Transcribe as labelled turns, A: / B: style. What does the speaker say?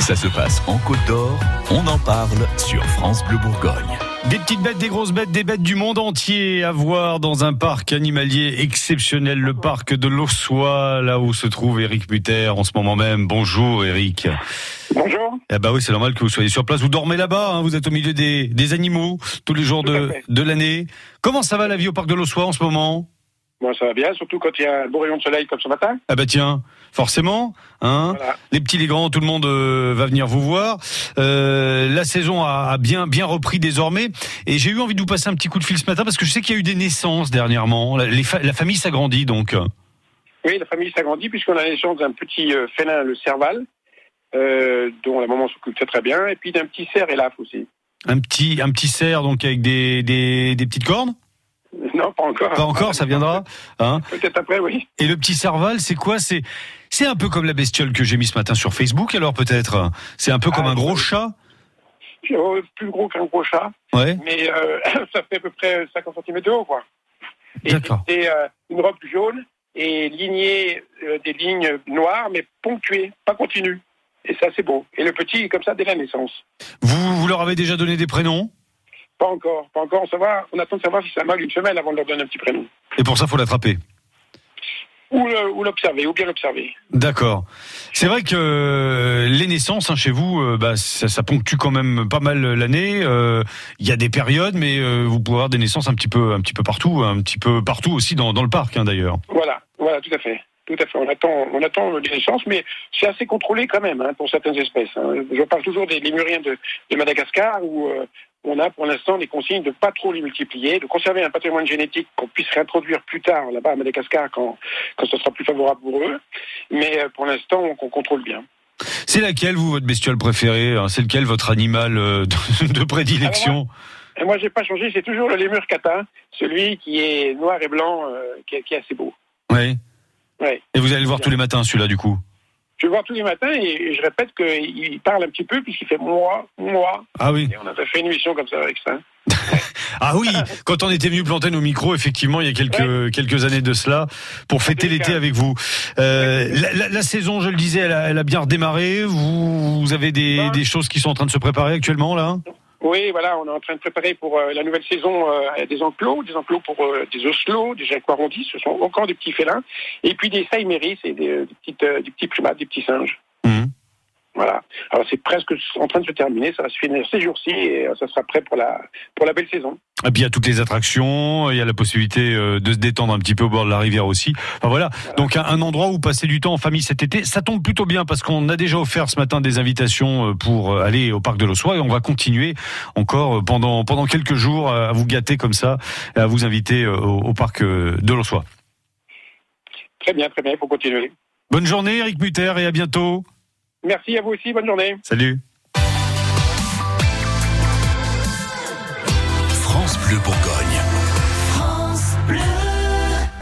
A: Ça se passe en Côte d'Or, on en parle sur France Bleu Bourgogne.
B: Des petites bêtes, des grosses bêtes, des bêtes du monde entier à voir dans un parc animalier exceptionnel, le parc de l'Ossois, là où se trouve Eric Buter en ce moment même. Bonjour Eric.
C: Bonjour.
B: Eh ben oui, c'est normal que vous soyez sur place. Vous dormez là-bas, hein, vous êtes au milieu des, des animaux tous les jours
C: Tout à
B: de,
C: fait.
B: de l'année. Comment ça va la vie au parc de l'Ossois en ce moment
C: Bon, ça va bien, surtout quand il y a un beau rayon de soleil comme ce matin.
B: Ah bah tiens, forcément, hein
C: Voilà.
B: les petits, les grands, tout le monde euh, va venir vous voir. Euh, la saison a, a bien, bien repris désormais. Et j'ai eu envie de vous passer un petit coup de fil ce matin parce que je sais qu'il y a eu des naissances dernièrement. La, les fa- la famille s'agrandit donc.
C: Oui, la famille s'agrandit puisqu'on a la naissance d'un petit euh, félin, le serval, euh, dont la maman s'occupe très très bien, et puis d'un petit cerf élaf aussi.
B: Un petit, un petit cerf donc avec des, des, des petites cornes.
C: Non, pas encore.
B: Pas encore, ça viendra. Hein
C: Peut-être après, oui.
B: Et le petit serval, c'est quoi C'est c'est un peu comme la bestiole que j'ai mis ce matin sur Facebook. Alors peut-être, c'est un peu comme
C: Ah,
B: un gros
C: oui.
B: chat.
C: Puis, euh, plus gros qu'un gros chat,
B: Ouais.
C: mais euh, ça fait à peu près 50 cm de haut, quoi. Et
B: D'accord.
C: C'était euh, une robe jaune et lignée euh, des lignes noires, mais ponctuées, pas continues. Et ça, c'est beau. Et le petit est comme ça dès la naissance.
B: Vous, vous leur avez déjà donné des prénoms
C: Pas encore, pas encore. On, savoir, on attend de savoir si ça mâle une femelle avant de leur donner un petit prénom.
B: Et pour ça, faut l'attraper.
C: Ou le- ou l'observer, ou bien l'observer.
B: D'accord. C'est vrai que euh, les naissances hein, chez vous, euh, bah, ça, ça ponctue quand même pas mal l'année. Euh, Il y a des périodes, mais euh, vous pouvez avoir des naissances un petit peu, un petit peu partout, hein, un petit peu partout aussi dans, dans le parc hein, d'ailleurs.
C: Voilà, voilà, tout à fait. Tout à fait. On attend, on attend les naissances, mais c'est assez contrôlé quand même hein, pour certaines espèces. hein. Je parle toujours des lémuriens de, de Madagascar où euh, on a pour l'instant des consignes de pas trop les multiplier, de conserver un patrimoine génétique qu'on puisse réintroduire plus tard là-bas à Madagascar quand, quand ce sera plus favorable pour eux. Mais euh, pour l'instant, on, on contrôle bien.
B: C'est laquelle vous votre bestiole préférée hein C'est lequel votre animal euh, de, de prédilection
C: Et moi, j'ai pas changé. C'est toujours le lémur catin, celui qui est noir et blanc, euh, qui, est- qui est assez beau.
B: Ouais.
C: Ouais.
B: Et vous allez le voir tous les matins celui-là du coup.
C: Je le vois tous les matins et, et je répète qu'il parle un petit peu puisqu'il fait moi, moi.
B: Ah oui.
C: Et on avait fait une émission comme ça avec ça.
B: Ah oui. Quand on était venu planter nos micros, effectivement, il y a quelques quelques années de cela, pour fêter
C: C'était le
B: l'été
C: cas.
B: avec vous. Euh, la, la- la saison, je le disais, elle a, elle a bien redémarré. Vous, vous avez des,
C: Ouais.
B: des choses qui sont en train de se préparer actuellement là.
C: Oui, voilà, on est en train de préparer pour euh, la nouvelle saison euh, des enclos, des enclos pour euh, des oslots, des jaguarondis, ce sont encore des petits félins, et puis des saiméris, c'est des, euh, des petites, euh, des petits primates, des petits singes.
B: Mhm.
C: Voilà. Alors c'est presque en train de se terminer, ça va se finir ces jours-ci et euh, ça sera prêt pour la pour la belle saison.
B: Et Ah, puis il y a toutes les attractions, il y a la possibilité euh, de se détendre un petit peu au bord de la rivière aussi. Enfin voilà, donc un, un endroit où passer du temps en famille cet été, ça tombe plutôt bien parce qu'on a déjà offert ce matin des invitations euh, pour euh, aller au parc de l'Ossois et on va continuer encore euh, pendant pendant quelques jours euh, à vous gâter comme ça, et à vous inviter euh, au, au parc euh, de l'Ossois.
C: Très bien, très bien, il faut continuer.
B: Bonne journée Eric Mutter et à bientôt.
C: Merci à vous aussi, bonne journée.
B: Salut.
A: France Bleu Bourgogne.